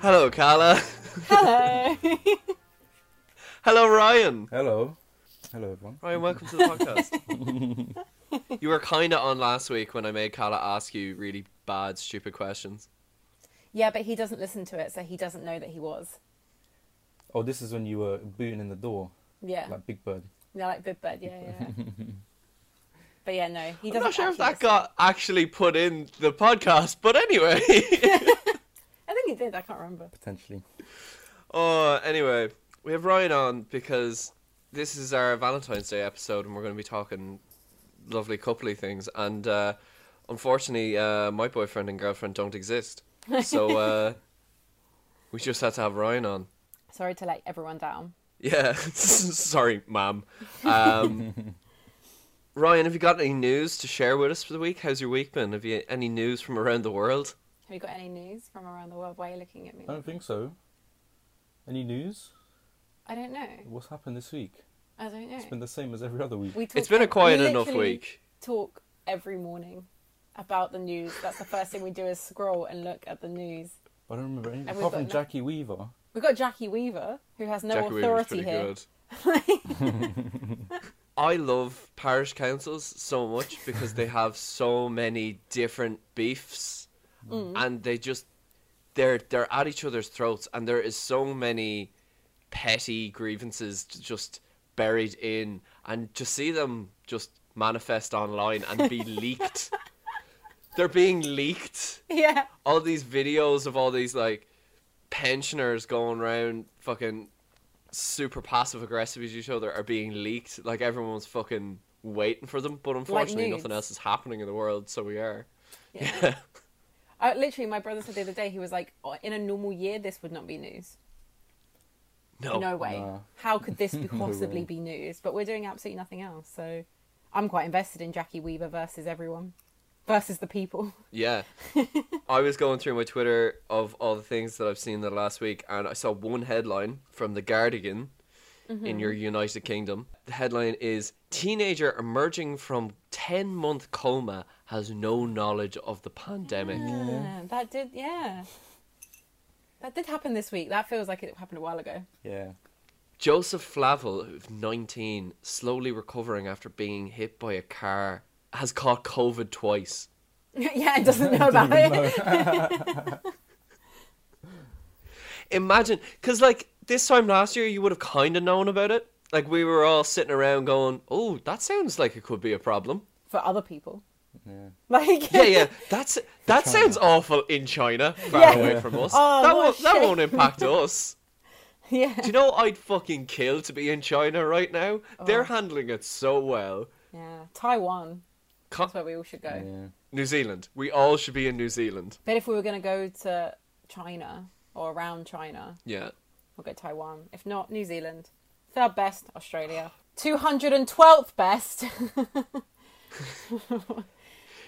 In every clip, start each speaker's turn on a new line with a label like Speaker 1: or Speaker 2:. Speaker 1: Hello, Carla.
Speaker 2: Hello.
Speaker 1: Hello, Ryan.
Speaker 3: Hello. Hello, everyone.
Speaker 1: Ryan, welcome to the podcast. you were kind of on last week when I made Carla ask you really bad, stupid questions.
Speaker 2: yeah, but he doesn't listen to it, so he doesn't know that he was.
Speaker 3: Oh, this is when you were booting in the door,
Speaker 2: Yeah.
Speaker 3: like Big Bird.
Speaker 2: yeah, like Big Bird. Yeah, yeah. yeah. but yeah, no, he doesn't.
Speaker 1: I'm not sure if
Speaker 2: actually
Speaker 1: that
Speaker 2: listen.
Speaker 1: got actually put in the podcast, but anyway.
Speaker 2: I think he did. I can't remember.
Speaker 3: Potentially.
Speaker 1: oh, anyway, we have Ryan on because this is our Valentine's Day episode, and we're going to be talking lovely coupley things. And uh, unfortunately, uh, my boyfriend and girlfriend don't exist, so uh, we just had to have Ryan on.
Speaker 2: Sorry to let everyone down.
Speaker 1: Yeah, sorry, ma'am. Um, Ryan, have you got any news to share with us for the week? How's your week been? Have you any news from around the world?
Speaker 2: Have you got any news from around the world? Why are you looking at me?
Speaker 3: I
Speaker 1: Um,
Speaker 3: don't think so. Any news?
Speaker 2: I don't know.
Speaker 3: What's happened this week?
Speaker 2: I don't know.
Speaker 3: It's been the same as every other week.
Speaker 2: We talk
Speaker 1: It's been a
Speaker 2: ev-
Speaker 1: quiet
Speaker 2: we
Speaker 1: enough
Speaker 2: literally
Speaker 1: week.
Speaker 2: Talk every morning about the news. That's the first thing we do is scroll and look at the news.
Speaker 3: I don't remember anything.
Speaker 2: And we've
Speaker 3: Apart
Speaker 2: got
Speaker 3: from
Speaker 2: no-
Speaker 3: Jackie Weaver.
Speaker 2: We've got Jackie Weaver, who has no
Speaker 1: Jackie Weaver's
Speaker 2: authority
Speaker 1: pretty
Speaker 2: here.
Speaker 1: good. I love parish councils so much because they have so many different beefs, and they just they're they're at each other's throats, and there is so many petty grievances j- just buried in, and to see them just manifest online and be leaked, they're being leaked
Speaker 2: Yeah.
Speaker 1: all these videos of all these like pensioners going around fucking super passive aggressive with each other are being leaked. Like everyone's fucking waiting for them, but unfortunately nothing
Speaker 2: nudes.
Speaker 1: else is happening in the world, so we are.
Speaker 2: Yeah. I, literally, my brother said the other day, he was like, "Oh, in a normal year, this would not be news.
Speaker 1: Oh, No.
Speaker 2: no way.
Speaker 3: Nah.
Speaker 2: How could this be possibly
Speaker 3: way.
Speaker 2: be news? But we're doing absolutely nothing else. So I'm quite invested in Jackie Weaver versus everyone, versus the people.
Speaker 1: Yeah. I was going through my Twitter of all the things that I've seen the last week and I saw one headline from The Guardian in your United Kingdom. The headline is Teenager emerging from 10 month coma has no knowledge of the pandemic.
Speaker 2: Yeah, that did, yeah. That did happen this week. That feels like it happened a while ago.
Speaker 3: Yeah.
Speaker 1: Joseph Flavel, of 19, slowly recovering after being hit by a car, has caught COVID twice.
Speaker 2: yeah, it doesn't know about it.
Speaker 1: Imagine, because like this time last year, you would have kind of known about it. Like we were all sitting around going, "Oh, that sounds like it could be a problem."
Speaker 2: For other people.
Speaker 3: Yeah.
Speaker 2: Like,
Speaker 1: Yeah, yeah, that's that
Speaker 3: China.
Speaker 1: sounds awful in China, far
Speaker 2: Yeah.
Speaker 1: away from us.
Speaker 2: Oh,
Speaker 1: that
Speaker 2: what a
Speaker 1: won't that
Speaker 2: shame.
Speaker 1: won't impact us.
Speaker 2: yeah.
Speaker 1: Do you know I'd fucking kill to be in China right now?
Speaker 2: Oh.
Speaker 1: They're handling it so well.
Speaker 2: Yeah. Taiwan.
Speaker 1: Co-
Speaker 2: That's where we all should go.
Speaker 3: Yeah.
Speaker 1: New Zealand, we all should be in New Zealand.
Speaker 2: But if we were going to go to China or around China,
Speaker 1: Yeah.
Speaker 2: we'll go Taiwan. If not, New Zealand. Third best, Australia. 212th best.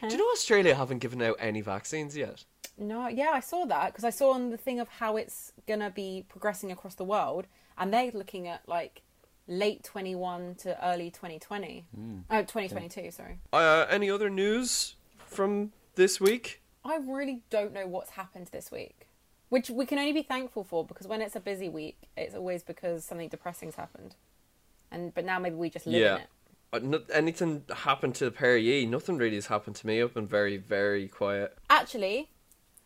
Speaker 1: Do you know Australia haven't given out any vaccines yet?
Speaker 2: no, yeah, I saw that because I saw on the thing of how it's going to be progressing across the world. And they're looking at like late 21 to early 2020. Oh, 2022, sorry.
Speaker 1: Uh, any other news from this week?
Speaker 2: I really don't know what's happened this week, which we can only be thankful for because when it's a busy week, it's always because something depressing's happened. And but now maybe we just live in it.
Speaker 1: Uh, no, anything happened to the pair of ye? Nothing really has happened to me. I've been very, very quiet.
Speaker 2: Actually,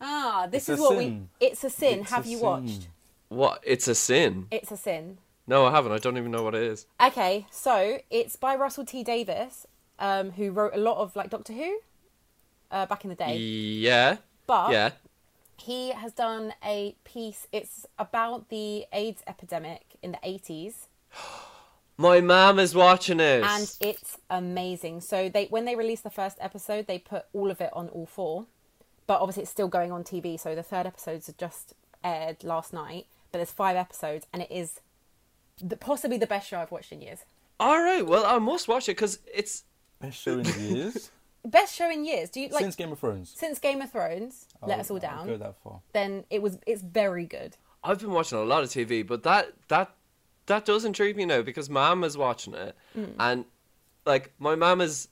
Speaker 2: ah, this
Speaker 3: It's a
Speaker 2: is what
Speaker 3: sin.
Speaker 2: we. It's a sin.
Speaker 3: It's
Speaker 2: Have
Speaker 3: a
Speaker 2: you
Speaker 3: sin.
Speaker 2: watched?
Speaker 1: What? It's a sin.
Speaker 2: It's a sin.
Speaker 1: No, I haven't. I don't even know what it is.
Speaker 2: Okay, so it's by Russell T Davis, um, who wrote a lot of like Doctor Who, uh, back in the day.
Speaker 1: Yeah.
Speaker 2: But
Speaker 1: Yeah.
Speaker 2: he has done a piece. It's about the AIDS epidemic in the eighties.
Speaker 1: My mom is watching it.
Speaker 2: and it's amazing. So they when they released the first episode, they put all of it on all four, but obviously it's still going on TV. So the third episodes are just aired last night, but there's five episodes, and it is the, possibly the best show I've watched in years.
Speaker 1: All right. Well, I must watch it because it's.
Speaker 3: Best show in years
Speaker 2: Best show in years. Do you like
Speaker 3: since Oh,
Speaker 2: since,
Speaker 3: Game of Thrones.
Speaker 2: Game of Thrones? let
Speaker 3: I'll-
Speaker 2: us all
Speaker 3: I'll go
Speaker 2: down.
Speaker 3: that far.
Speaker 2: Then it was it's very good.
Speaker 1: I've been watching a lot of TV, but that that that does intrigue me now because mom is watching it, and like my mom is,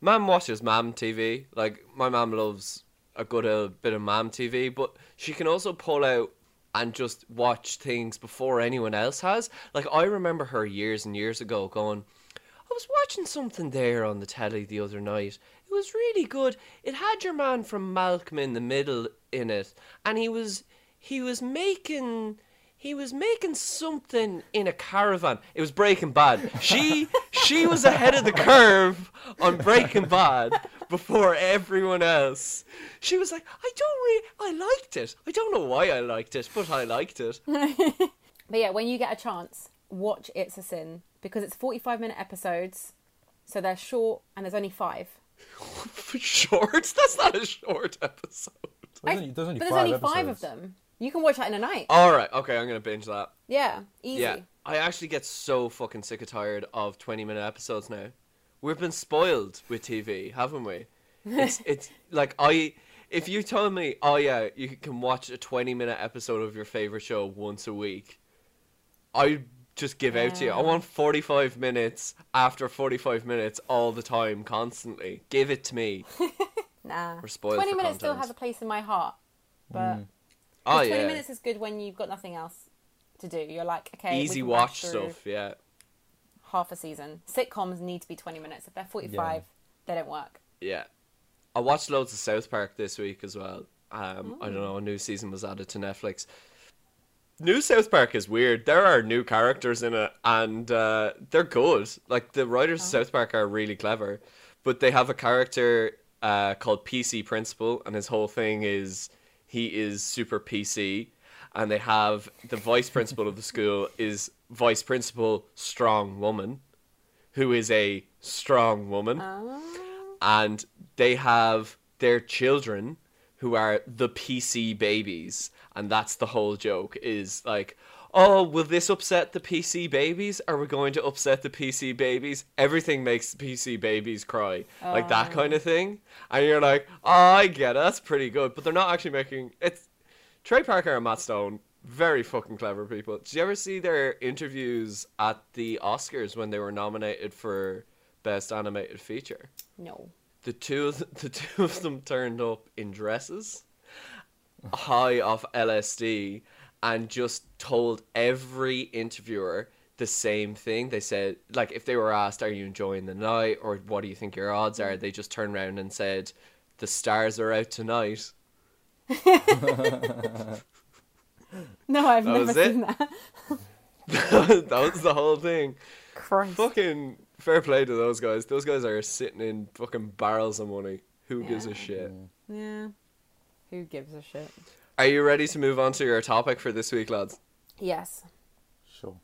Speaker 1: mom watches mom TV. Like my mom loves a good uh, bit of mom TV, but she can also pull out and just watch things before anyone else has. Like I remember her years and years ago going, I was watching something there on the telly the other night. It was really good. It had your man from Malcolm in the middle in it, and he was he was making he was making something in a caravan. It was Breaking Bad. She she was ahead of the curve on Breaking Bad before everyone else. She was like, I don't really I liked it. I don't know why I liked it, but I liked it.
Speaker 2: But yeah, when you get a chance, watch It's a Sin because it's 45 minute episodes, so they're short and there's only five.
Speaker 1: Shorts? That's not a short episode.
Speaker 3: There's
Speaker 2: I-
Speaker 3: only, there's only
Speaker 2: but there's
Speaker 3: five
Speaker 2: only five of
Speaker 3: episodes.
Speaker 2: them. You can watch that in a night.
Speaker 1: All right, okay, I'm gonna binge that.
Speaker 2: yeah, easy.
Speaker 1: Yeah, I actually get so fucking sick and tired of 20 minute episodes now. We've been spoiled with TV, haven't we? It's, it's like I. If you tell me, oh yeah, you can watch a 20 minute episode of your favorite show once a week, I just give out to you. I
Speaker 2: Yeah.
Speaker 1: want 45 minutes after 45 minutes all the time, constantly. Give it to me.
Speaker 2: Nah.
Speaker 1: We're spoiled
Speaker 2: 20
Speaker 1: for
Speaker 2: minutes still
Speaker 1: content.
Speaker 2: has a place in my heart. But
Speaker 1: Oh
Speaker 2: 20
Speaker 1: yeah.
Speaker 2: minutes is good when you've got nothing else to do. You're like, okay, we
Speaker 1: Easy
Speaker 2: can bash
Speaker 1: watch
Speaker 2: through
Speaker 1: stuff, yeah.
Speaker 2: Half a season. Sitcoms need to be 20 minutes. If they're 45, they don't work.
Speaker 1: Yeah. I watched loads of South Park this week as well. Um, I don't know, a new season was added to Netflix. New South Park is weird. There are new characters in it, and uh, they're good. Like, the writers of South Park are really clever, but they have a character uh, called PC Principal, and his whole thing is he is super PC. And they have the vice principal of the school is vice principal, strong woman, who is a strong woman and they have their children who are the PC babies, and that's the whole joke is like, oh, will this upset the PC babies? Are we going to upset the PC babies? Everything makes the PC babies cry, like that kind of thing. And you're like, oh, I get it, that's pretty good, but they're not actually making it's Trey Parker and Matt Stone. Very fucking clever people. Did you ever see their interviews at the Oscars when they were nominated for Best Animated Feature?
Speaker 2: No.
Speaker 1: the two of th- the two of them turned up in dresses, high off LSD, and just told every interviewer the same thing. They said, like, if they were asked, "Are you enjoying the night?" or "What do you think your odds are?" they just turned around and said, "The stars are out tonight."
Speaker 2: No, I've
Speaker 1: That
Speaker 2: never
Speaker 1: was it?
Speaker 2: seen that.
Speaker 1: that was the whole thing.
Speaker 2: Christ.
Speaker 1: Fucking fair play to those guys. Those guys are sitting in fucking barrels of money. Who gives a
Speaker 2: Yeah.
Speaker 1: shit?
Speaker 2: Yeah. Who gives a shit?
Speaker 1: Are you ready to move on to your topic for this week, lads?
Speaker 2: Yes.
Speaker 3: Sure.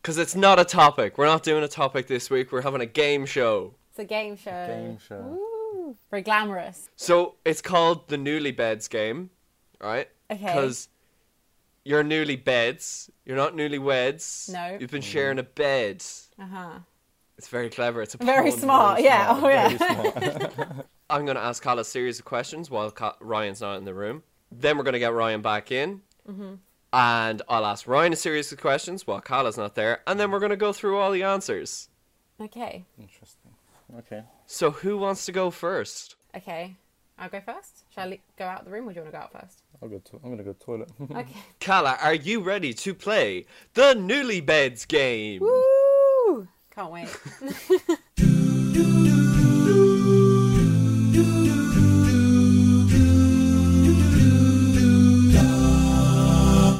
Speaker 1: Because it's not a topic. We're not doing a topic this week. We're having a game show.
Speaker 2: It's a game show.
Speaker 3: Game show.
Speaker 2: Ooh, very glamorous.
Speaker 1: So it's called the Newly Beds game, right?
Speaker 2: Okay.
Speaker 1: Because you're newly beds. You're not newly weds.
Speaker 2: No.
Speaker 1: You've been sharing a bed.
Speaker 2: Uh huh.
Speaker 1: It's very clever. It's a
Speaker 2: Very
Speaker 1: pun.
Speaker 2: smart. yeah. Oh yeah.
Speaker 3: Very smart.
Speaker 1: I'm going to ask Kyle a series of questions while Ka- Ryan's not in the room. Then we're going to get Ryan back in.
Speaker 2: Mm-hmm.
Speaker 1: And I'll ask Ryan a series of questions while Kyla's not there. And then we're going to go through all the answers.
Speaker 2: Okay.
Speaker 3: Interesting. Okay.
Speaker 1: So who wants to go first?
Speaker 2: Okay. I'll go first. Shall I go out the room or do you want to go out first?
Speaker 3: I'll go to, I'm gonna go toilet.
Speaker 2: Okay.
Speaker 1: Kala, are you ready to play the Newly Beds game?
Speaker 2: Woo! Can't wait. Oh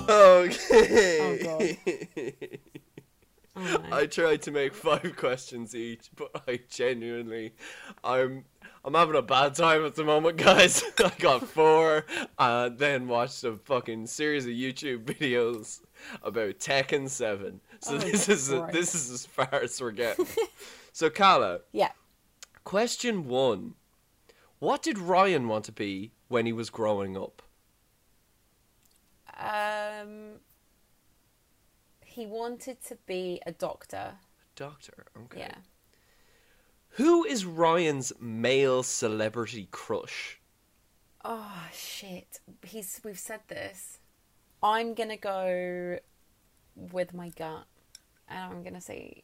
Speaker 1: Okay.
Speaker 2: god. Oh, no.
Speaker 1: I tried to make five questions each, but I genuinely, I'm, I'm having a bad time at the moment, guys. I got four, uh, then watched a fucking series of YouTube videos about Tekken Seven. So
Speaker 2: Oh,
Speaker 1: this is a,
Speaker 2: Christ.
Speaker 1: this is as far as we're getting. so Kala,
Speaker 2: Yeah.
Speaker 1: question one: What did Ryan want to be when he was growing up?
Speaker 2: Um he wanted to be a doctor.
Speaker 1: Doctor. Okay.
Speaker 2: Yeah.
Speaker 1: Who is Ryan's male celebrity crush?
Speaker 2: Oh shit. He's we've said this. I'm going to go with my gut and I'm going to say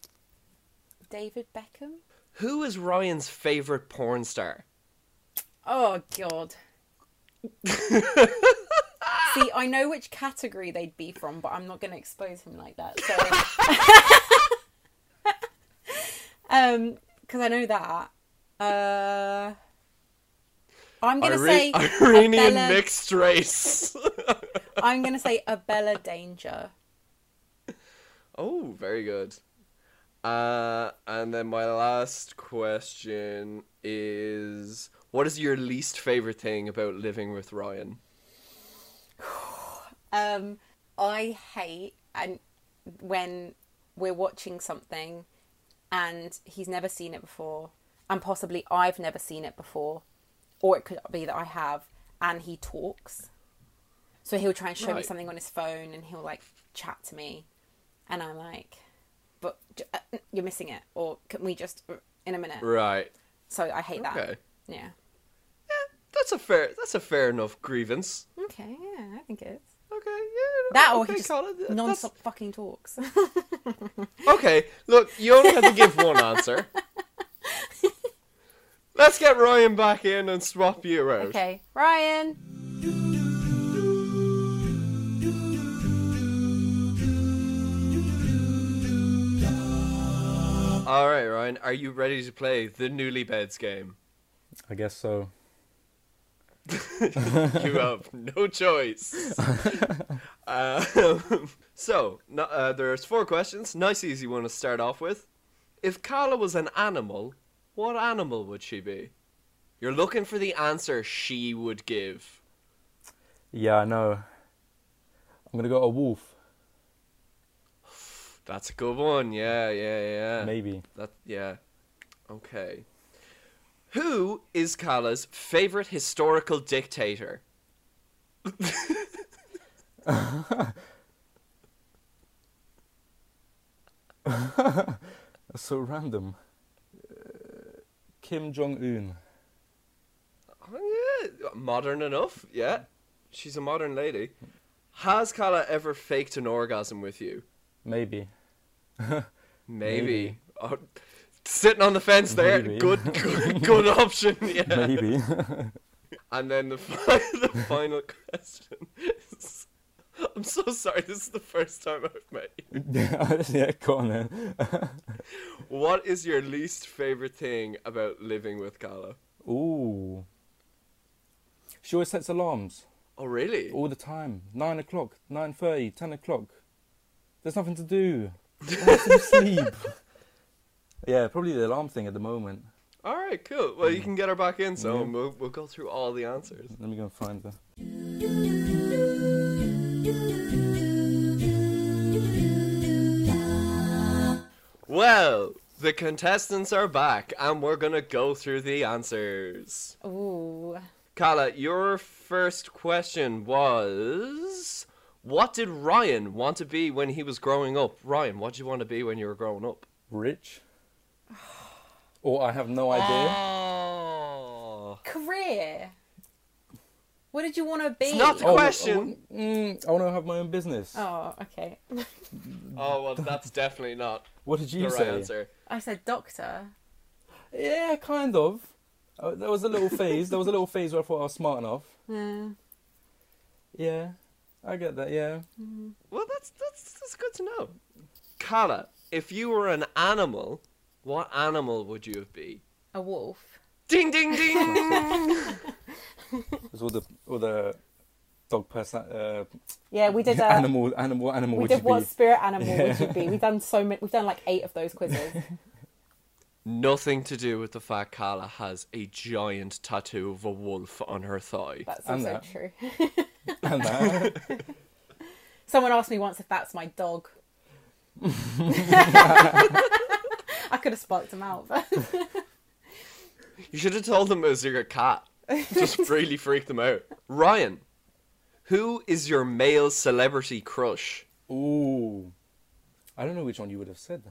Speaker 2: David Beckham.
Speaker 1: Who is Ryan's favorite porn star?
Speaker 2: Oh god. See, I know which category they'd be from, but I'm not going to expose him like that. So, um, because I know that. Uh, I'm going to say
Speaker 1: Ire- Iranian
Speaker 2: Abella-
Speaker 1: mixed race.
Speaker 2: I'm going to say Abella Danger.
Speaker 1: Oh, very good. Uh, and then my last question is what is your least favorite thing about living with Ryan?
Speaker 2: Um, I hate and when we're watching something and he's never seen it before, and possibly I've never seen it before, or it could be that I have, and he talks. So he'll try and show me
Speaker 1: Right.
Speaker 2: something on his phone, and he'll like chat to me, and I'm like, "But j- uh, mm, you're missing it," or "Can we just uh, in a minute?"
Speaker 1: Right.
Speaker 2: So I hate that.
Speaker 1: Okay.
Speaker 2: Yeah.
Speaker 1: That's a fair that's a fair enough grievance.
Speaker 2: Okay. Yeah, I think it is.
Speaker 1: Okay, yeah.
Speaker 2: That or
Speaker 1: okay,
Speaker 2: he just
Speaker 1: Colin, th- that's-
Speaker 2: non-stop fucking talks.
Speaker 1: Okay, look, you only had to give one answer. Let's get Ryan back in and swap you around.
Speaker 2: okay, Ryan.
Speaker 1: All right, Ryan, are you ready to play the newly beds game?
Speaker 3: I guess so.
Speaker 1: you have no choice. uh, so, no, uh, there's four questions. Nice, easy one to start off with. If Carla was an animal, what animal would she be? You're looking for the answer she would give.
Speaker 3: Yeah, I know. I'm gonna go a wolf,
Speaker 1: That's a good one. Yeah, yeah, yeah.
Speaker 3: maybe.
Speaker 1: That yeah. Okay. Who is Kala's favorite historical dictator?
Speaker 3: That's so random. Uh, Kim Jong Un.
Speaker 1: Oh, yeah, modern enough. Yeah, she's a modern lady. Has Kala ever faked an orgasm with you?
Speaker 3: Maybe.
Speaker 1: Maybe.
Speaker 3: Maybe.
Speaker 1: Oh, sitting on the fence there.
Speaker 3: Maybe.
Speaker 1: Good, good, good option. Yeah.
Speaker 3: Maybe.
Speaker 1: And then the fi- the final question. Is, I'm so sorry. This is the first time I've met you.
Speaker 3: yeah, go on then.
Speaker 1: What is your least favorite thing about living with Kala?
Speaker 3: Ooh. She always sets alarms
Speaker 1: Oh, really?
Speaker 3: all the time. Nine o'clock, nine thirty, ten o'clock. There's nothing to do. I have some sleep. Yeah, probably the alarm thing at the moment.
Speaker 1: All right, cool. Well, you can get her back in, so we'll, we'll go through all the answers.
Speaker 3: Let me go and find her.
Speaker 1: Well, the contestants are back, and we're gonna go through the answers.
Speaker 2: Ooh.
Speaker 1: Kala, your first question was What did Ryan want to be when he was growing up? Ryan, what did you want to be when you were growing up?
Speaker 3: Rich? Or I have no idea.
Speaker 1: Oh.
Speaker 2: Career. What did you want to be?
Speaker 1: It's not the
Speaker 3: Oh,
Speaker 1: question.
Speaker 3: I, mm, I want to have my own business.
Speaker 2: Oh, okay.
Speaker 1: Oh, well, that's definitely not
Speaker 3: What did
Speaker 1: the
Speaker 3: you
Speaker 1: right
Speaker 3: say?
Speaker 1: answer.
Speaker 2: I said doctor.
Speaker 3: Yeah, kind of. Uh, there was a little phase. There was a little phase where I thought I was smart enough.
Speaker 2: Yeah.
Speaker 3: Yeah, I get that. Yeah.
Speaker 1: Well, that's that's that's good to know. Kala, if you were an animal, what animal would you be?
Speaker 2: A wolf.
Speaker 1: Ding ding ding.
Speaker 3: There's all the all the dog person uh,
Speaker 2: Yeah, we did. Uh,
Speaker 3: animal animal animal.
Speaker 2: We
Speaker 3: would
Speaker 2: did
Speaker 3: you
Speaker 2: what
Speaker 3: be?
Speaker 2: spirit animal would you be? We've done so many. We've done like eight of those quizzes.
Speaker 1: Nothing to do with the fact Kala has a giant tattoo of a wolf on her thigh.
Speaker 2: That's
Speaker 3: And
Speaker 2: also
Speaker 3: that.
Speaker 2: true.
Speaker 3: And that.
Speaker 2: Someone asked me once if that's my dog. I could have sparked him out. But
Speaker 1: You should have told them it was your cat. Just really freaked them out. Ryan, who is your male celebrity crush?
Speaker 3: Ooh, I don't know which one you would have said.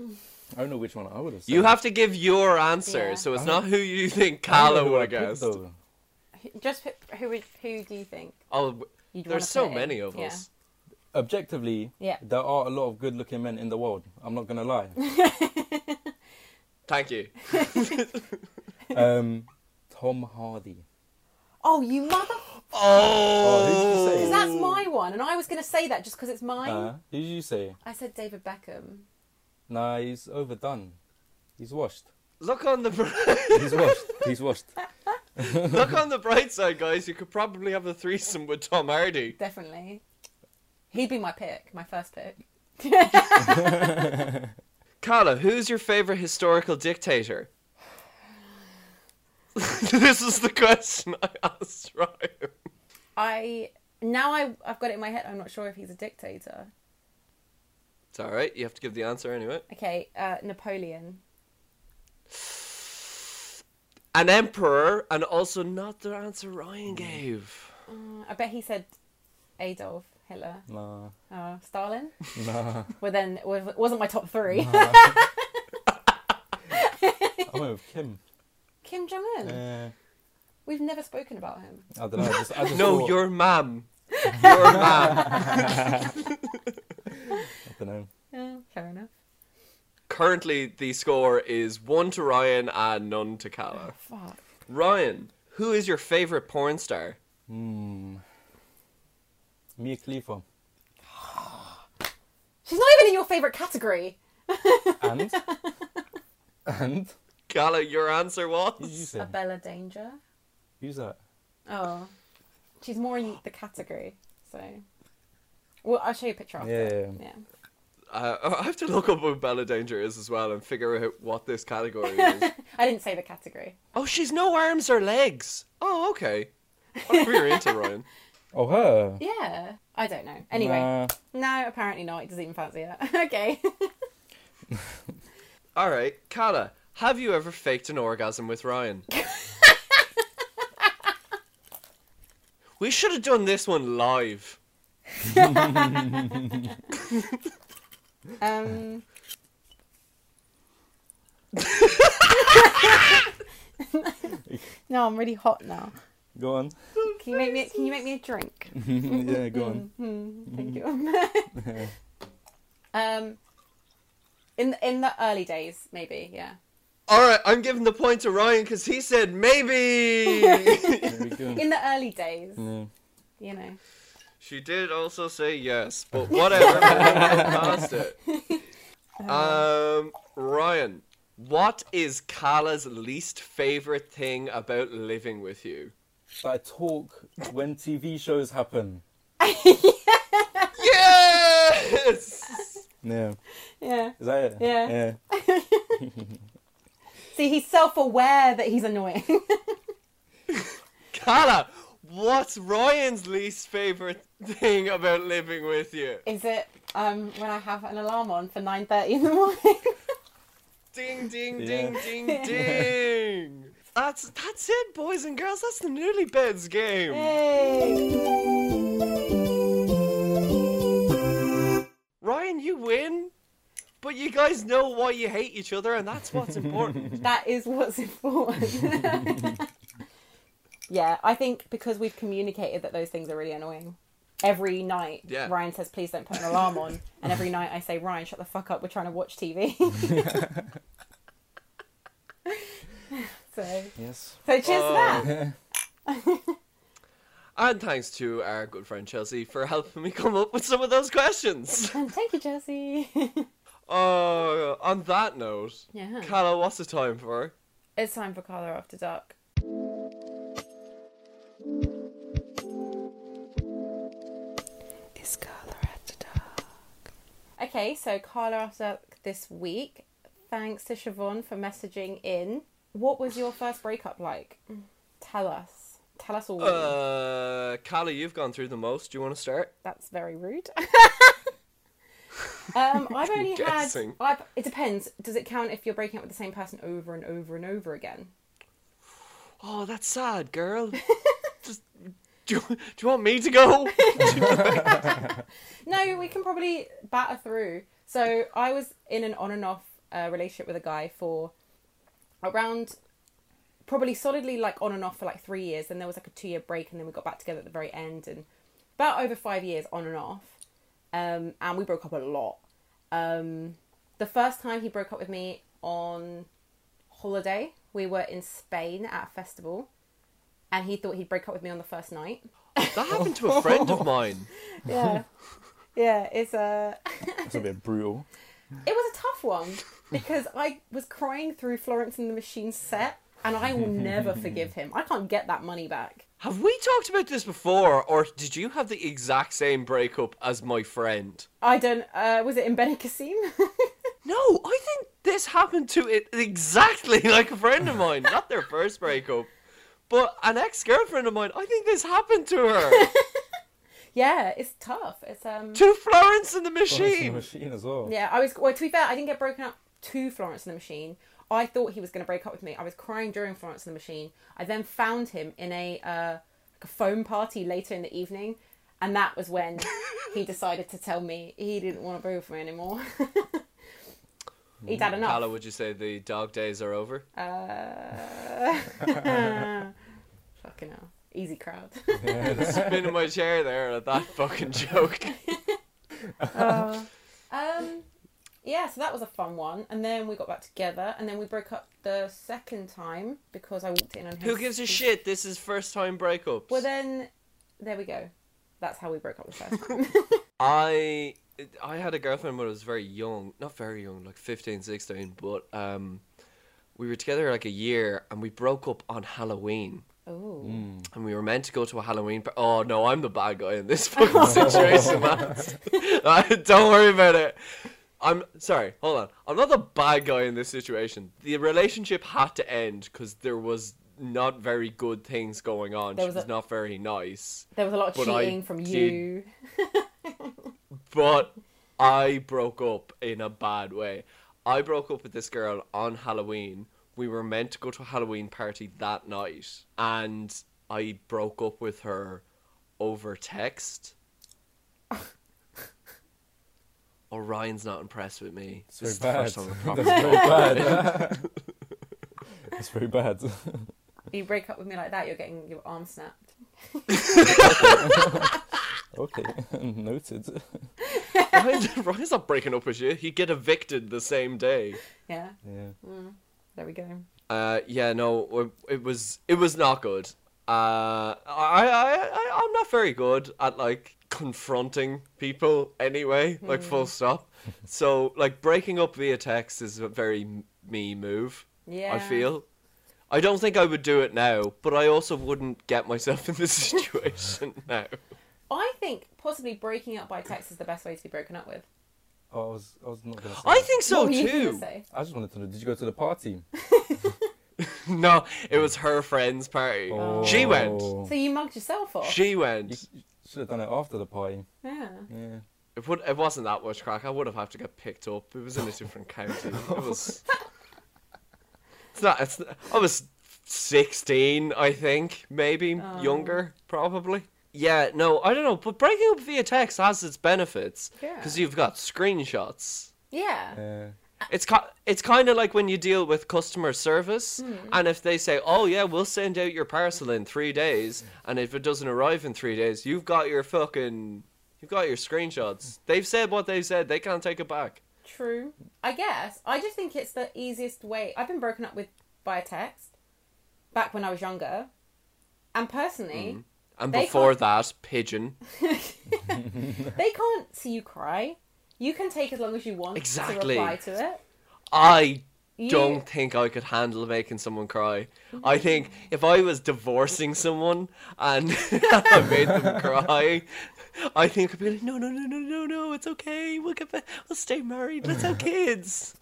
Speaker 3: I don't know which one I would have said.
Speaker 1: You have to give your answer,
Speaker 2: Yeah.
Speaker 1: so it's not who you think
Speaker 3: Uh-huh. I don't know
Speaker 1: Kala
Speaker 3: who
Speaker 1: would
Speaker 3: I
Speaker 1: have
Speaker 3: picked,
Speaker 1: guessed.
Speaker 3: though.
Speaker 2: just who- who? would- Who do you think?
Speaker 1: Oh, w-
Speaker 2: You'd wanna
Speaker 1: there's so
Speaker 2: put in?
Speaker 1: many of
Speaker 2: Yeah.
Speaker 1: us.
Speaker 3: Objectively,
Speaker 2: Yeah.
Speaker 3: there are a lot of good-looking men in the world. I'm not gonna lie.
Speaker 1: Thank you.
Speaker 3: um, Tom Hardy.
Speaker 2: Oh, you mother!
Speaker 3: Oh, who did you say?
Speaker 2: Because that's my one, and I was going to say that just because it's mine.
Speaker 3: Uh, who did you say?
Speaker 2: I said David Beckham.
Speaker 3: Nah, he's overdone. He's washed.
Speaker 1: Look on the bri-
Speaker 3: He's washed. he's washed.
Speaker 1: look on the bright side, guys. You could probably have a threesome with Tom Hardy.
Speaker 2: Definitely. He'd be my pick, my first pick.
Speaker 1: Carla, who's your favorite historical dictator? this is the question I asked Ryan.
Speaker 2: I now I I've got it in my head. I'm not sure if he's a dictator.
Speaker 1: It's all right. You have to give the answer anyway.
Speaker 2: Okay, uh, Napoleon.
Speaker 1: An emperor, and also not the answer Ryan gave.
Speaker 2: Uh, I bet he said Adolf Hitler.
Speaker 3: Nah,
Speaker 2: Oh, Stalin.
Speaker 3: nah.
Speaker 2: Well, then it wasn't my top three.
Speaker 3: I went with Kim.
Speaker 2: Kim Jong Un.
Speaker 3: Uh,
Speaker 2: We've never spoken about him.
Speaker 3: I don't know. I just, I just
Speaker 1: No,
Speaker 3: thought,
Speaker 1: your mum. Your mum.
Speaker 3: I don't know.
Speaker 2: Yeah, fair enough.
Speaker 1: Currently, the score is one to Ryan and none to Carla.
Speaker 2: Fuck.
Speaker 1: Ryan, who is your favorite porn star?
Speaker 3: Hmm. Mia Khalifa.
Speaker 2: She's not even in your favourite category.
Speaker 3: And? and?
Speaker 1: Carla, your answer
Speaker 3: Who did you
Speaker 1: was.
Speaker 3: say?
Speaker 2: Abella Danger.
Speaker 3: Who's that?
Speaker 2: Oh, she's more in the category. So, well, I'll show you a picture after.
Speaker 3: Yeah.
Speaker 2: yeah.
Speaker 1: Uh, I have to look up what Bella Danger is as well and figure out what this category is.
Speaker 2: I didn't say the category.
Speaker 1: Oh, she's no arms or legs. Oh, okay. Whatever you're into, Ryan.
Speaker 3: Oh, her.
Speaker 2: Yeah, I don't know. Anyway,
Speaker 3: Nah.
Speaker 2: no, apparently not. It doesn't even fancy her. okay.
Speaker 1: All right, Carla, have you ever faked an orgasm with Ryan? we should have done this one live.
Speaker 2: Um. no, I'm really hot now.
Speaker 3: Go on.
Speaker 2: Can you make me? Can you make me a drink? Hmm,
Speaker 3: yeah, go on.
Speaker 2: Thank you. um, in the, in the early days, maybe, yeah.
Speaker 1: All right, I'm giving the point to Ryan because he said maybe.
Speaker 3: There we go.
Speaker 2: In the early days,
Speaker 3: Yeah.
Speaker 2: you know.
Speaker 1: she did also say yes, but whatever. we'll go past it. Um, Ryan, what is Carla's least favorite thing about living with you?
Speaker 3: I talk when TV shows happen.
Speaker 1: Yes.
Speaker 3: Yeah.
Speaker 2: Yeah.
Speaker 3: Is that it?
Speaker 2: Yeah.
Speaker 3: Yeah.
Speaker 2: See, he's self-aware that he's annoying.
Speaker 1: Carla, what's Ryan's least favorite thing about living with you?
Speaker 2: Is it um when I have an alarm on for nine thirty in the morning?
Speaker 1: Ding, ding,
Speaker 3: Yeah.
Speaker 1: ding, ding, ding. That's that's it, boys and girls. That's the newly beds game.
Speaker 2: Yay.
Speaker 1: Ryan, you win, but you guys know why you hate each other, and that's what's important.
Speaker 2: That is what's important. yeah, I think because we've communicated that those things are really annoying. Every night,
Speaker 1: Yeah.
Speaker 2: Ryan says, "Please don't put an alarm on," and every night I say, "Ryan, shut the fuck up. We're trying to watch TV." so,
Speaker 3: Yes.
Speaker 2: so cheers to
Speaker 3: Oh.
Speaker 2: that.
Speaker 1: and thanks to our good friend Chelsea for helping me come up with some of those questions.
Speaker 2: And thank you, Jesse.
Speaker 1: Oh, on that note,
Speaker 2: Yeah.
Speaker 1: Carla, what's the time for?
Speaker 2: it's time for Color After Dark. It's Carla After Dark. Okay, so Carla After Dark this week. Thanks to Siobhan for messaging in. What was your first breakup like? Tell us. Tell us all.
Speaker 1: Uh, Carla, you've gone through the most. Do you want to start?
Speaker 2: That's very rude. um, I've only had.
Speaker 1: Guessing.
Speaker 2: I've, it depends. Does it count if you're breaking up with the same person over and over and over again?
Speaker 1: Oh, that's sad, girl. Just, do, you, do you want me to go?
Speaker 2: No, we can probably batter through. So I was in an on and off uh, relationship with a guy for around probably solidly like on and off for like three years. Then there was like a two year break, and then we got back together at the very end, and about over five years on and off. Um, and we broke up a lot. Um, the first time he broke up with me on holiday, we were in Spain at a festival, and he thought he'd break up with me on the first night.
Speaker 1: That happened to a friend of mine.
Speaker 2: Yeah. yeah, it's a.
Speaker 3: That's a bit brutal.
Speaker 2: It was a tough one because I was crying through Florence and the Machine set, and I will never forgive him. I can't get that money back.
Speaker 1: Have we talked about this before, or did you have the exact same breakup as my friend?
Speaker 2: I don't. Uh, was it in Benny Kassim?
Speaker 1: No, I think this happened to it exactly like a friend of mine. Not their first breakup, but an ex girlfriend of mine. I think this happened to her.
Speaker 2: yeah, it's tough. It's um.
Speaker 1: to Florence and the
Speaker 3: Florence and the
Speaker 1: Machine.
Speaker 3: machine as well.
Speaker 2: Yeah, I was. Well, to be fair, I didn't get broken up to Florence and the Machine. I thought he was going to break up with me. I was crying during Florence and the Machine. I then found him in a uh, like a foam party later in the evening, and that was when he decided to tell me he didn't want to be with me anymore. He'd had enough.
Speaker 1: Carla, would you say the dog days are over?
Speaker 2: Uh, fucking hell. Easy crowd.
Speaker 1: Spin in my chair there at that fucking joke.
Speaker 2: um, yeah, so that was a fun one. And then we got back together, and then we broke up the second time because I walked in on him.
Speaker 1: Who gives a shit? This is first time breakups.
Speaker 2: Well, then, there we go. That's how we broke up the first time.
Speaker 1: I I had a girlfriend when I was very young, not very young, like 15, 16, but um, we were together like a year and we broke up on Halloween.
Speaker 2: oh.
Speaker 1: And we were meant to go to a Halloween. par- oh no, I'm the bad guy in this fucking situation, man. Don't worry about it. I'm sorry. Hold on. I'm not the bad guy in this situation. The relationship had to end because there was not very good things going on.
Speaker 2: There
Speaker 1: she
Speaker 2: was
Speaker 1: was,
Speaker 2: a-
Speaker 1: not very nice.
Speaker 2: There was a lot of
Speaker 1: But I
Speaker 2: cheating from
Speaker 1: did-
Speaker 2: you.
Speaker 1: but I broke up in a bad way. I broke up with this girl on Halloween. We were meant to go to a Halloween party that night, and I broke up with her over text. Orion's Oh, not impressed with me.
Speaker 3: It's
Speaker 1: This
Speaker 3: very
Speaker 1: is the
Speaker 3: bad.
Speaker 1: first
Speaker 3: That's
Speaker 1: time I've
Speaker 3: very
Speaker 1: properly
Speaker 3: bad. That's very bad.
Speaker 2: You break up with me like that, you're getting your arm snapped.
Speaker 3: okay, noted.
Speaker 1: Ryan- Ryan's not breaking up with you. He'd get evicted the same day.
Speaker 2: Yeah,
Speaker 3: Yeah.
Speaker 2: there we go.
Speaker 1: Uh, yeah, no, w- it was it was not good. Uh, I, I, I, I'm not very good at like confronting people anyway, like full stop. So like breaking up via text is a very m- me move. I
Speaker 2: Yeah.
Speaker 1: feel. I don't think I would do it now, but I also wouldn't get myself in this situation now.
Speaker 2: I think possibly breaking up by text is the best way to be broken up with.
Speaker 3: Oh, I was, I was not gonna say.
Speaker 1: I
Speaker 3: that.
Speaker 1: think so
Speaker 2: what were you gonna
Speaker 1: too.
Speaker 2: say?
Speaker 3: I just wanted to know. Did you go to the party?
Speaker 1: No, it was her friend's party. She went.
Speaker 3: Oh.
Speaker 2: So you mugged yourself off.
Speaker 1: She
Speaker 3: You
Speaker 1: went.
Speaker 3: should have done it after the party.
Speaker 2: yeah.
Speaker 3: Yeah.
Speaker 1: It would. It wasn't that much crack. I would have had to get picked up. It was in a different county. It was. It's not. It's. Not, I was sixteen, I think, maybe younger, probably. Yeah. No, I don't know. But breaking up via text has its benefits
Speaker 2: Yeah.
Speaker 1: because you've got screenshots.
Speaker 2: Yeah.
Speaker 3: Yeah.
Speaker 1: It's ki- it's kind of like when you deal with customer service,
Speaker 2: Hmm.
Speaker 1: and if they say, "Oh yeah, we'll send out your parcel in three days," and if it doesn't arrive in three days, you've got your fucking, you've got your screenshots. They've said what they've said. They can't take it back.
Speaker 2: True. I guess. I just think it's the easiest way. I've been broken up with by a text back when I was younger. And personally,
Speaker 1: And
Speaker 2: They
Speaker 1: before
Speaker 2: can't-
Speaker 1: that, pigeon. Mm.
Speaker 2: they can't see you cry. You can take as long as you want to
Speaker 1: Exactly.
Speaker 2: reply to it.
Speaker 1: I
Speaker 2: You-
Speaker 1: don't think I could handle making someone cry. I
Speaker 2: Mm-hmm.
Speaker 1: think if I was divorcing someone and I made them cry, I think I'd be like, no, no, no, no, no, no, it's okay. We'll get back. We'll stay married. Let's have kids.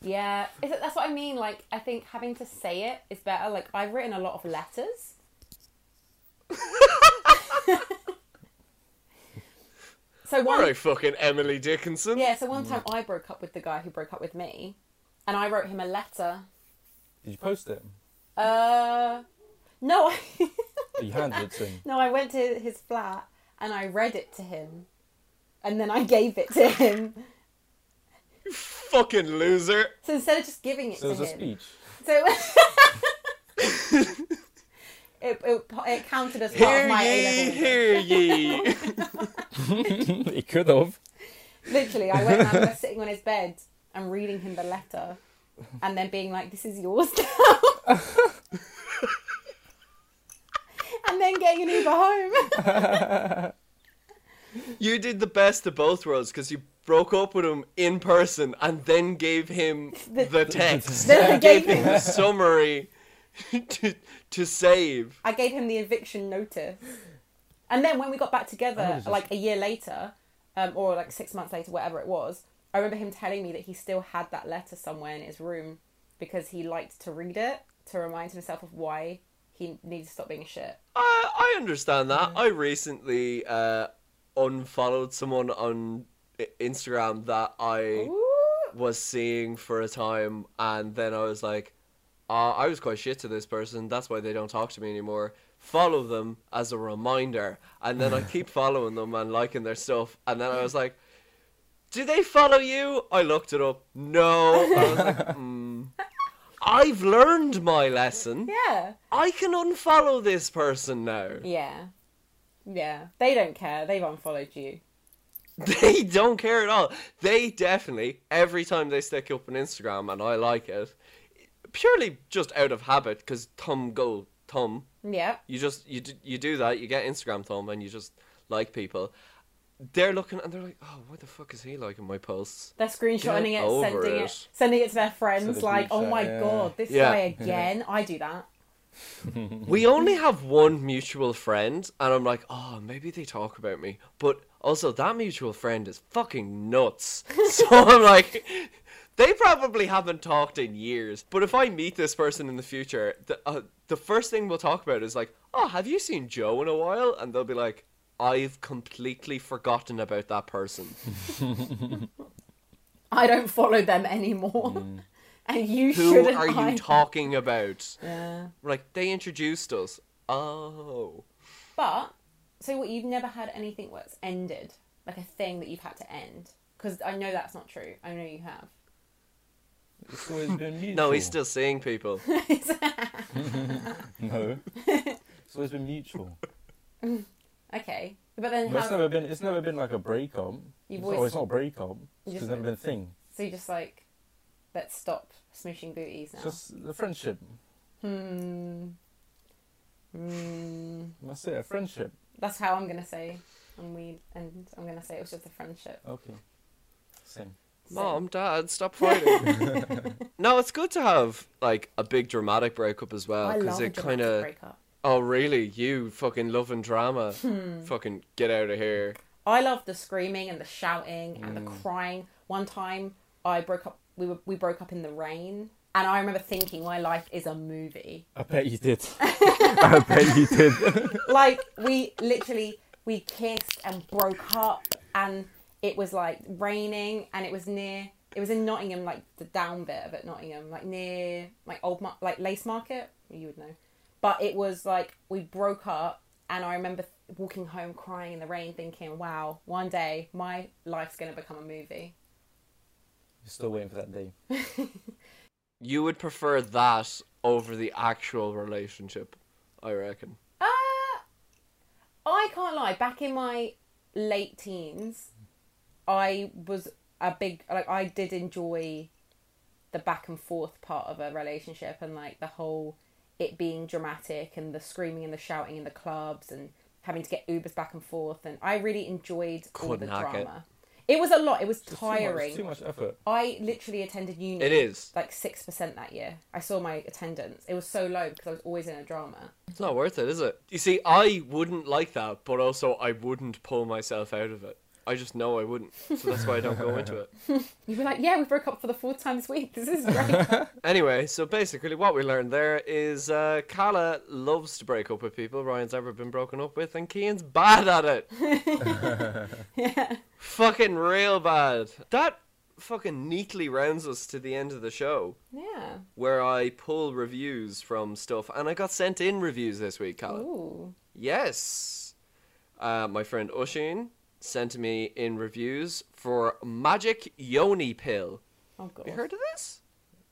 Speaker 2: Yeah, is it, that's what I mean. Like, I think having to say it is better. Like, I've written a lot of letters. so
Speaker 1: All
Speaker 2: one,
Speaker 1: right, fucking Emily Dickinson.
Speaker 2: yeah, so
Speaker 3: Mm.
Speaker 2: one time I broke up with the guy who broke up with me, and I wrote him a letter.
Speaker 3: Did you post it?
Speaker 2: Uh, no, I,
Speaker 3: Oh, You handed it to him.
Speaker 2: no, I went to his flat and I read it to him, and then I gave it to him.
Speaker 1: Fucking loser.
Speaker 2: So instead of just giving it
Speaker 3: So it
Speaker 2: to
Speaker 3: was a
Speaker 2: him,
Speaker 3: speech.
Speaker 2: So it, it, it counted as part
Speaker 1: Hear
Speaker 2: of my A
Speaker 1: ye,
Speaker 2: level.
Speaker 1: hear ye.
Speaker 3: it could have.
Speaker 2: Literally, I went and I was sitting on his bed and reading him the letter, and then being like, "This is yours now," and then getting an Uber go home.
Speaker 1: You did the best of both worlds because you broke up with him in person and then gave him the, text.
Speaker 2: Then I gave
Speaker 1: Gave him
Speaker 2: him,
Speaker 1: the summary to, to save.
Speaker 2: I gave him the eviction notice. And then when we got back
Speaker 3: That
Speaker 2: together,
Speaker 3: was just-
Speaker 2: like a year later, um, or like six months later, whatever it was, I remember him telling me that he still had that letter somewhere in his room because he liked to read it to remind himself of why he needed to stop being a shit.
Speaker 1: I, I understand that. I recently uh, unfollowed someone on I- Instagram that I.
Speaker 2: Ooh.
Speaker 1: was seeing for a time, and then I was like, uh, I was quite shit to this person. That's why they don't talk to me anymore. Follow them as a reminder, and then I keep following them and liking their stuff. And then I was like, Do they follow you? I looked it up. No. I was like, mm, I've learned my lesson.
Speaker 2: Yeah.
Speaker 1: I can unfollow this person now.
Speaker 2: Yeah. Yeah. They don't care. They've unfollowed you.
Speaker 1: They don't care at all. They definitely every time they stick up an Instagram and I like it, purely just out of habit because thumb go thumb.
Speaker 2: Yeah.
Speaker 1: You just you d- you do that. You get Instagram thumb and you just like people. They're looking and they're like, oh, why the fuck is he liking my posts?
Speaker 2: They're screenshotting
Speaker 1: Get
Speaker 2: it,
Speaker 1: over
Speaker 2: sending it.
Speaker 1: it.
Speaker 2: sending it to their
Speaker 3: So
Speaker 2: friends.
Speaker 3: they
Speaker 2: like,
Speaker 3: can
Speaker 2: oh
Speaker 3: share,
Speaker 2: my
Speaker 3: yeah.
Speaker 2: god, this
Speaker 1: Yeah.
Speaker 2: guy again. I do that.
Speaker 1: we only have one mutual friend, and I'm like, oh, maybe they talk about me. But also, that mutual friend is fucking nuts. so I'm like, they probably haven't talked in years. But if I meet this person in the future, the, uh, the first thing we'll talk about is like, oh, have you seen Joe in a while? And they'll be like, I've completely forgotten about that person.
Speaker 2: I don't follow them anymore. and you
Speaker 1: Mm. Who
Speaker 2: shouldn't.
Speaker 1: are you
Speaker 2: either.
Speaker 1: talking about?
Speaker 2: Yeah.
Speaker 1: Like, they introduced us. Oh.
Speaker 2: But so what? You've never had anything that's ended, like a thing that you've had to end. Because I know that's not true. I know you have.
Speaker 3: It's always been mutual.
Speaker 1: No, he's still seeing people.
Speaker 3: No. It's always been mutual.
Speaker 2: okay, but then
Speaker 3: No, it's
Speaker 2: how?
Speaker 3: never been. It's never been like a breakup.
Speaker 2: You've
Speaker 3: It's,
Speaker 2: always-
Speaker 3: oh, it's not a breakup. It's
Speaker 2: You've
Speaker 3: just
Speaker 2: just-
Speaker 3: never been a thing.
Speaker 2: So you just like, let's stop smooshing booties now.
Speaker 3: It's just a friendship.
Speaker 2: Hmm. Hmm.
Speaker 3: That's it. A friendship.
Speaker 2: That's how I'm gonna say, and we, and I'm gonna say it was just a friendship.
Speaker 3: Okay. Same.
Speaker 1: Mom, Dad, stop fighting. no, it's good to have like a big dramatic breakup as well
Speaker 2: I
Speaker 1: because
Speaker 2: love
Speaker 1: it
Speaker 2: kind
Speaker 1: kind of.
Speaker 2: breakup.
Speaker 1: Oh, really? You fucking loving drama?
Speaker 2: Hmm.
Speaker 1: Fucking get out of here!
Speaker 2: I love the screaming and the shouting and the crying. One time, I broke up. We were we broke up in the rain, and I remember thinking my life is a movie.
Speaker 3: I bet you did. I bet you did.
Speaker 2: like we literally we kissed and broke up, and it was like raining, and it was near. It was in Nottingham, like the down bit of it, Nottingham, like near like old Mar- like Lace Market. You would know, but it was like we broke up, and I remember walking home crying in the rain, thinking, "Wow, one day my life's gonna become a movie."
Speaker 3: Still waiting for that day.
Speaker 1: You would prefer that over the actual relationship, I reckon.
Speaker 2: Uh, I can't lie. Back in my late teens, I was a big like I did enjoy the back and forth part of a relationship and like the whole it being dramatic and the screaming and the shouting in the clubs and having to get Ubers back and forth and I really enjoyed all
Speaker 1: Couldn't
Speaker 2: the
Speaker 1: hack it.
Speaker 2: drama. It. was a lot. It was
Speaker 3: It's too much-
Speaker 2: tiring.
Speaker 3: It's too much effort.
Speaker 2: I literally attended uni.
Speaker 1: It is.
Speaker 2: like six percent that year. I saw my attendance. It was so low because I was always in a drama.
Speaker 1: It's not worth it, is it? You see, I wouldn't like that, but also I wouldn't pull myself out of it. I just know I wouldn't, so that's why I don't go into it.
Speaker 2: You were like, yeah, we broke up for the fourth time this week. This is great.
Speaker 1: Anyway, so basically, what we learned there is uh, Kala loves to break up with people Ryan's ever been broken up with, and Kian's bad at it. Fucking real bad. That fucking neatly rounds us to the end of the show,
Speaker 2: yeah.
Speaker 1: where I pull reviews from stuff, and I got sent in reviews this week,
Speaker 2: Oh.
Speaker 1: Kala.
Speaker 2: Ooh.
Speaker 1: Yes. Uh, my friend Ushin sent me in reviews for Magic Yoni Pill.
Speaker 2: Oh
Speaker 1: You
Speaker 2: god.
Speaker 1: heard of this?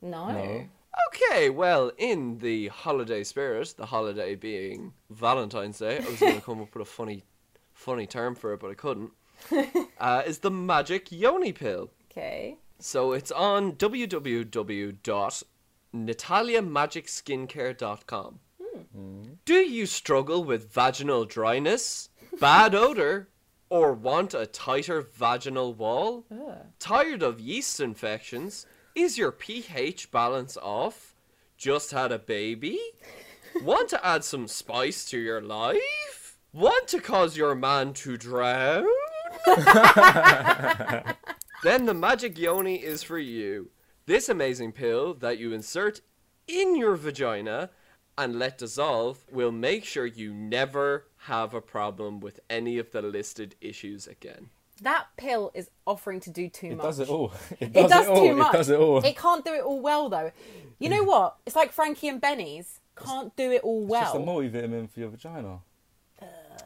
Speaker 2: No.
Speaker 3: No.
Speaker 1: Okay, well, in the holiday spirit, the holiday being Valentine's Day, I was going to come up with a funny, funny term for it, but I couldn't. Uh, is the magic yoni pill.
Speaker 2: Okay.
Speaker 1: So it's on www.nataliamagicskincare.com. Do you struggle with vaginal dryness, bad odor, or want a tighter vaginal wall? Tired of yeast infections? Is your pH balance off? Just had a baby? Want to add some spice to your life? Want to cause your man to drown? then the magic yoni is for you. This amazing pill that you insert in your vagina and let dissolve will make sure you never have a problem with any of the listed issues again.
Speaker 2: That pill is offering to do too
Speaker 3: It
Speaker 2: much.
Speaker 3: does it all. It
Speaker 2: It
Speaker 3: does
Speaker 2: does
Speaker 3: it all.
Speaker 2: too much.
Speaker 3: It does it all.
Speaker 2: can't do it all well though. You know what? It's like Frankie and Benny's can't do it all
Speaker 3: It's just a
Speaker 2: well.
Speaker 3: multivitamin for your vagina.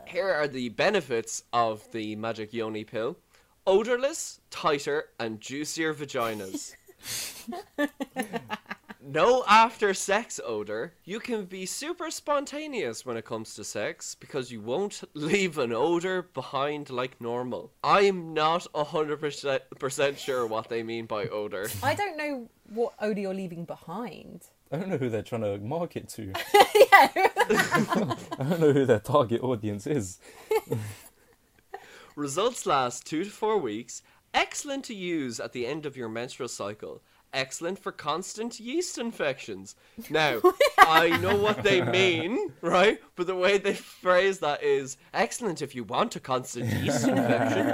Speaker 1: Here are the benefits of the magic yoni pill odorless, tighter, and juicier vaginas. no after sex odor. You can be super spontaneous when it comes to sex because you won't leave an odor behind like normal. I'm not 100% percent sure what they mean by odor.
Speaker 2: I don't know what odor you're leaving behind.
Speaker 3: I don't know who they're trying to market to. I don't know who their target audience is.
Speaker 1: Results last two to four weeks. Excellent to use at the end of your menstrual cycle. Excellent for constant yeast infections. Now, I know what they mean, right? But the way they phrase that is excellent if you want a constant yeast infection.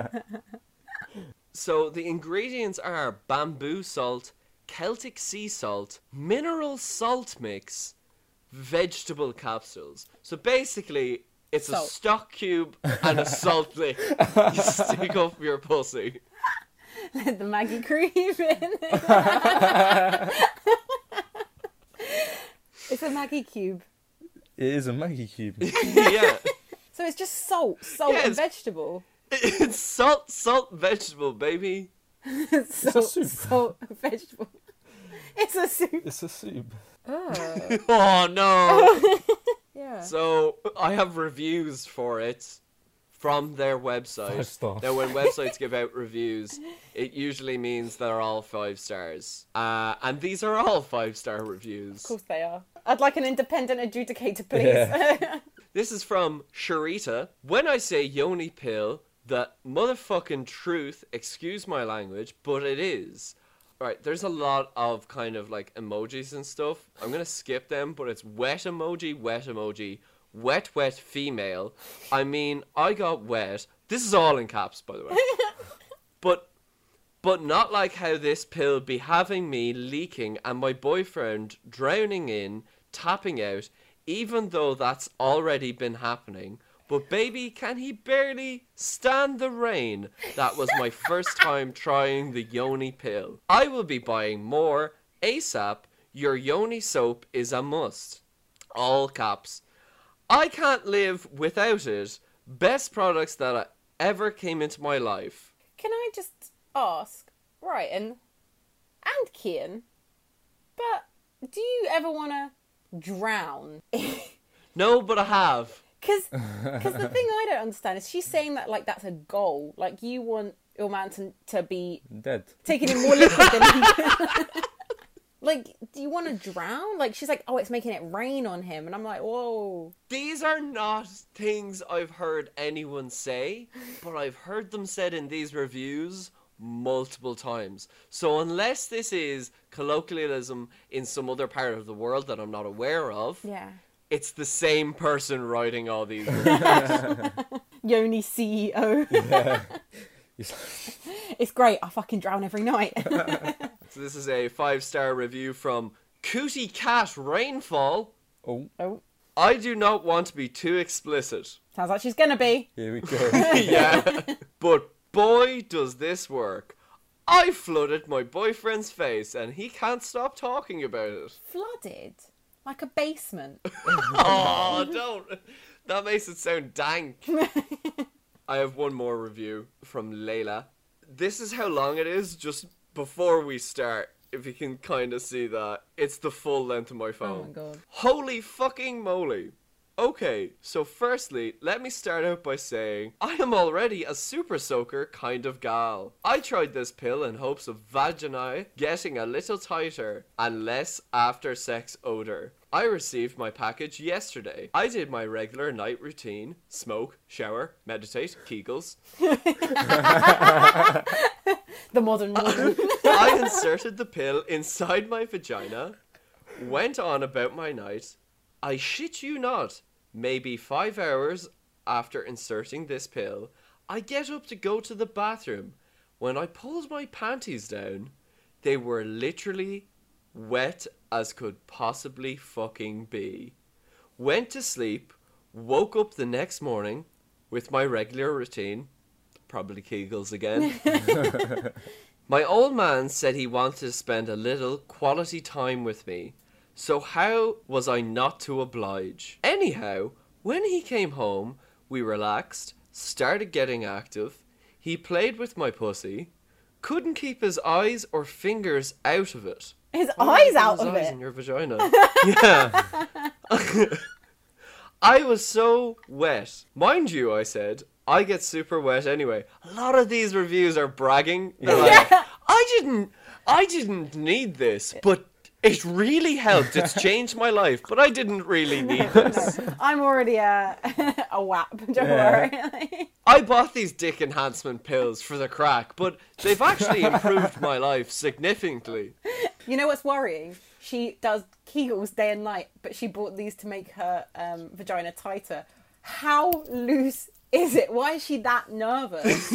Speaker 1: so the ingredients are bamboo salt, Celtic sea salt, mineral salt mix, vegetable capsules. So basically, it's
Speaker 2: Salt.
Speaker 1: a stock cube and a salt lick you stick up your pussy.
Speaker 2: Let the Maggie cream in. it's a Maggie cube.
Speaker 3: It is a Maggie cube.
Speaker 1: yeah.
Speaker 2: So it's just salt, salt
Speaker 1: Yeah,
Speaker 2: and
Speaker 1: it's-
Speaker 2: vegetable.
Speaker 1: It's salt, salt, vegetable, baby.
Speaker 2: salt,
Speaker 3: soup.
Speaker 2: salt, and vegetable. It's a soup.
Speaker 3: It's a soup.
Speaker 1: Oh no!
Speaker 2: Yeah.
Speaker 1: so I have reviews for it from their website.
Speaker 3: Five star.
Speaker 1: Now, when websites give out reviews, it usually means they're all five stars. Uh, and these are all five star reviews.
Speaker 2: Of course they are. I'd like an independent adjudicator, please.
Speaker 1: This is from Sharita. When I say yoni pill, the motherfucking truth, excuse my language, but it is. Right, there's a lot of kind of like emojis and stuff. I'm gonna skip them, but it's wet emoji, wet emoji, wet, wet female. I mean, I got wet. This is all in caps, by the way. but but not like how this pill be having me leaking and my boyfriend drowning in, tapping out, even though that's already been happening. But baby, can he barely stand the rain? That was my first time trying the Yoni pill. I will be buying more ASAP. Your Yoni soap is a must. All caps. I can't live without it. Best products that I ever came into my life.
Speaker 2: Can I just ask, Ryan and Kian, but do you ever want to drown?
Speaker 1: No, but I have.
Speaker 2: Because the thing I don't understand is she's saying that like that's a goal. Like you want your man to, to be
Speaker 3: Dead.
Speaker 2: taking in more liquid than he Like, do you want to drown? Like she's like, oh, it's making it rain on him, and I'm like, whoa.
Speaker 1: These are not things I've heard anyone say, but I've heard them said in these reviews multiple times. So unless this is colloquialism in some other part of the world that I'm not aware of,
Speaker 2: Yeah.
Speaker 1: it's the same person writing all these.
Speaker 2: Yoni CEO.
Speaker 3: It's-
Speaker 2: E it's great. I fucking drown every night.
Speaker 1: so this is a five-star review from Cootie Cat Rainfall.
Speaker 3: oh,
Speaker 2: oh,
Speaker 1: I do not want to be too explicit.
Speaker 2: sounds like she's gonna be.
Speaker 3: here we go.
Speaker 1: yeah. But boy, does this work. I flooded my boyfriend's face and he can't stop talking about it.
Speaker 2: flooded like a basement.
Speaker 1: Oh, don't. That makes it sound dank. I have one more review from Layla. This is how long it is just before we start. If you can kind of see that, it's the full length of my phone.
Speaker 2: God.
Speaker 1: Holy fucking moly. Okay, so firstly, let me start out by saying I am already a super soaker kind of gal. I tried this pill in hopes of vaginae getting a little tighter and less after sex odor. I received my package yesterday. I did my regular night routine smoke, shower, meditate, Kegels.
Speaker 2: The modern woman.
Speaker 1: I inserted the pill inside my vagina, went on about my night. I shit you not, maybe five hours after inserting this pill, I get up to go to the bathroom. When I pulled my panties down, they were literally wet as could possibly fucking be. Went to sleep, woke up the next morning with my regular routine, probably Kegels again. My old man said he wanted to spend a little quality time with me, so how was I not to oblige? Anyhow, when he came home, we relaxed, started getting active, he played with my pussy, couldn't keep his eyes or fingers out of it.
Speaker 2: His
Speaker 1: Why would
Speaker 2: eyes
Speaker 1: you
Speaker 2: out
Speaker 1: put
Speaker 2: of
Speaker 1: his eyes
Speaker 2: it.
Speaker 1: in your vagina. yeah. I was so wet. Mind you, I said, I get super wet anyway. A lot of these reviews are bragging. They're like, I didn't I didn't need this, but it really helped. It's changed my life, but I didn't really need this.
Speaker 2: I'm already a a wap. Don't
Speaker 3: Yeah.
Speaker 2: worry.
Speaker 1: I bought these dick enhancement pills for the crack, but they've actually improved my life significantly.
Speaker 2: you know what's worrying? She does Kegels day and night, but she bought these to make her um, vagina tighter. How loose is it? Why is she that nervous?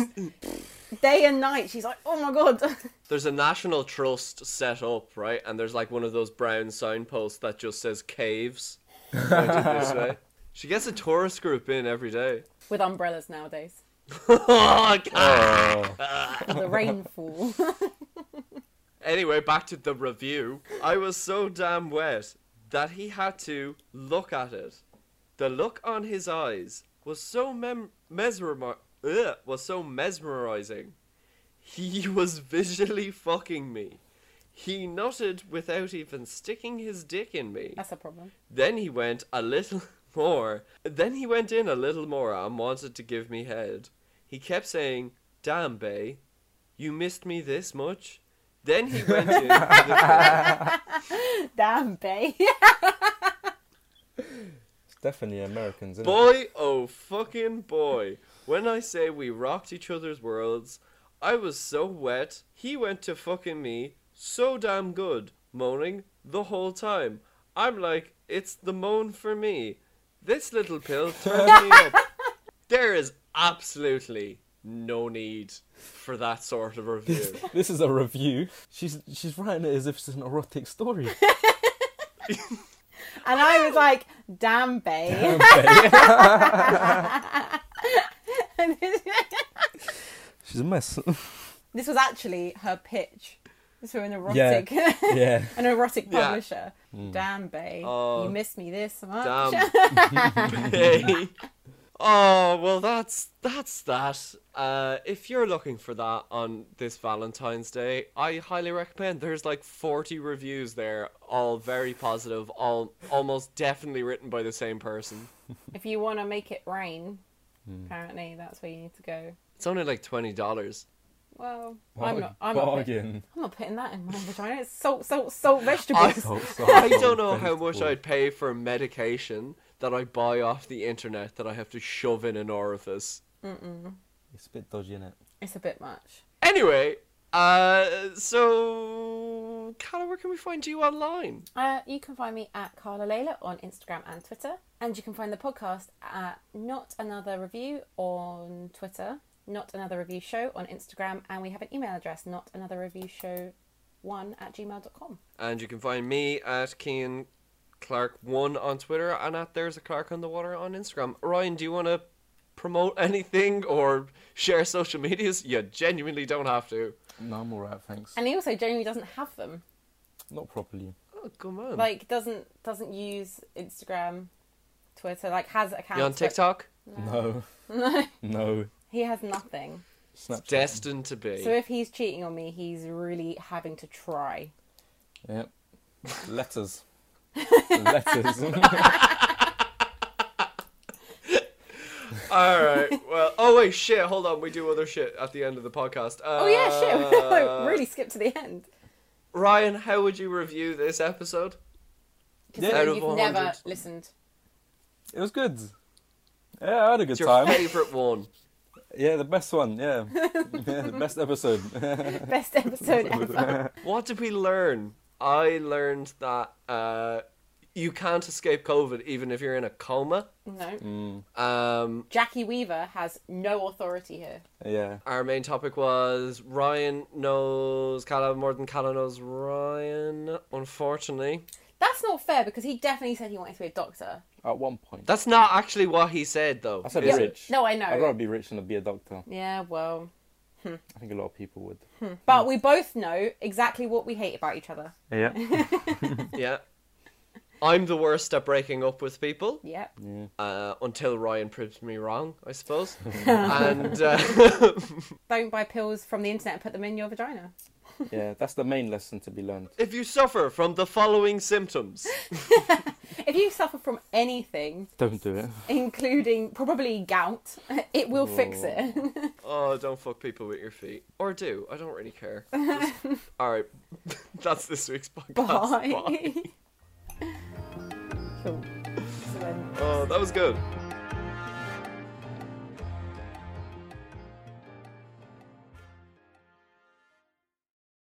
Speaker 2: day and night, she's like, oh my god.
Speaker 1: there's a national trust set up, right? And there's like one of those brown signposts that just says caves. pointed this way. She gets a tourist group in every day.
Speaker 2: With umbrellas nowadays,
Speaker 1: oh, God.
Speaker 2: the rainfall.
Speaker 1: Anyway, back to the review. I was so damn wet that he had to look at it. The look on his eyes was so mem- mesmer- ugh, was so mesmerizing. He was visually fucking me. He nutted without even sticking his dick in me.
Speaker 2: That's a problem.
Speaker 1: Then he went a little more. Then he went in a little more and wanted to give me head. He kept saying, Damn, Bay, you missed me this much? Then he went in. with a third.
Speaker 2: Damn, babe.
Speaker 3: It's definitely Americans. Isn't it?
Speaker 1: boy, oh fucking boy. When I say we rocked each other's worlds, I was so wet, he went to fucking me so damn good, moaning the whole time. I'm like, it's the moan for me. This little pill turned me up. There is absolutely no need for that sort of review.
Speaker 3: This is a review. She's she's writing it as if it's an erotic story.
Speaker 2: And I was like, damn, babe. And
Speaker 3: she's a mess.
Speaker 2: this was actually her pitch to an
Speaker 3: yeah,
Speaker 2: erotic,
Speaker 3: yeah.
Speaker 2: an erotic
Speaker 1: Yeah.
Speaker 2: publisher. Damn, babe,
Speaker 1: Oh.
Speaker 2: you missed me this much.
Speaker 1: Damn. Bay. Oh well, that's that's that. Uh, if you're looking for that on this Valentine's Day, I highly recommend. There's like 40 reviews there, all very positive, all almost definitely written by the same person.
Speaker 2: If you want to make it rain, apparently that's where you need to go.
Speaker 1: It's only like twenty dollars.
Speaker 2: Well, I'm
Speaker 3: Bargain.
Speaker 2: not. I'm not, put,
Speaker 3: Bargain.
Speaker 2: I'm not putting that in my vagina. It's salt, salt, salt, vegetables.
Speaker 3: Oh, sorry,
Speaker 1: I
Speaker 3: sorry,
Speaker 1: don't know how
Speaker 3: vegetable.
Speaker 1: much I'd pay for medication that I buy off the internet that I have to shove in an orifice.
Speaker 3: It's a bit dodgy, innit?
Speaker 2: it's a bit much.
Speaker 1: Anyway, uh, so Callum, where can we find you online?
Speaker 2: Uh, you can find me at Carla Layla on Instagram and Twitter. And you can find the podcast at Not Another Review on Twitter, Not Another Review Show on Instagram, and we have an email address, Not Another Review Show one at gmail.com.
Speaker 1: And you can find me at Keen Clark1 on Twitter and at There's a Clark on the Water on Instagram. Ryan, do you want to promote anything or share social medias? You genuinely don't have to.
Speaker 3: No, I'm alright, thanks.
Speaker 2: And he also generally doesn't have them.
Speaker 3: Not properly.
Speaker 1: Oh, come on.
Speaker 2: Like doesn't doesn't use Instagram, Twitter, like has accounts.
Speaker 1: you on
Speaker 2: but
Speaker 1: TikTok?
Speaker 3: No. No.
Speaker 2: He has nothing.
Speaker 3: Snapchat.
Speaker 1: Destined to be.
Speaker 2: So if he's cheating on me, he's really having to try.
Speaker 3: Yep. Letters. Letters.
Speaker 1: All right. Well, oh, wait, shit. Hold on. We do other shit at the end of the podcast. Uh,
Speaker 2: Oh yeah, shit. I really skip to the end.
Speaker 1: Ryan, how would you review this episode? Out
Speaker 2: Considering
Speaker 1: of
Speaker 2: you've
Speaker 1: 100.
Speaker 2: never listened.
Speaker 3: It was good. Yeah, I had a good
Speaker 1: It's your
Speaker 3: time.
Speaker 1: favorite one.
Speaker 3: Yeah, the best one. Yeah, yeah the best episode.
Speaker 2: Best episode ever.
Speaker 1: What did we learn? I learned that uh, you can't escape COVID even if you're in a coma.
Speaker 2: No.
Speaker 1: Mm. Um,
Speaker 2: Jackie Weaver has no authority here.
Speaker 3: yeah,
Speaker 1: our main topic was Ryan knows Callum more than Callum knows Ryan. Unfortunately,
Speaker 2: That's not fair because he definitely said he wanted to be a doctor.
Speaker 3: at one point.
Speaker 1: that's not actually what he said though.
Speaker 3: I said
Speaker 1: is it?
Speaker 3: rich.
Speaker 2: No, I know.
Speaker 3: I'd rather be rich than be a doctor.
Speaker 2: Yeah, well.
Speaker 3: I think a lot of people would.
Speaker 1: Mm.
Speaker 2: But we both know exactly what we hate about each other.
Speaker 3: Yeah.
Speaker 1: Yeah, I'm the worst at breaking up with people.
Speaker 2: Yep.
Speaker 1: uh, until Ryan proves me wrong, I suppose. and uh,
Speaker 2: Don't buy pills from the internet and put them in your vagina.
Speaker 3: yeah, that's the main lesson to be learned.
Speaker 1: if you suffer from the following symptoms,
Speaker 2: If you suffer from anything,
Speaker 3: Don't do it.
Speaker 2: including probably gout, it will fix it.
Speaker 1: oh, don't fuck people with your feet, or do. I don't really care. Just- all right, that's this week's podcast.
Speaker 2: Bye. cool. So then-
Speaker 1: Oh, that was good.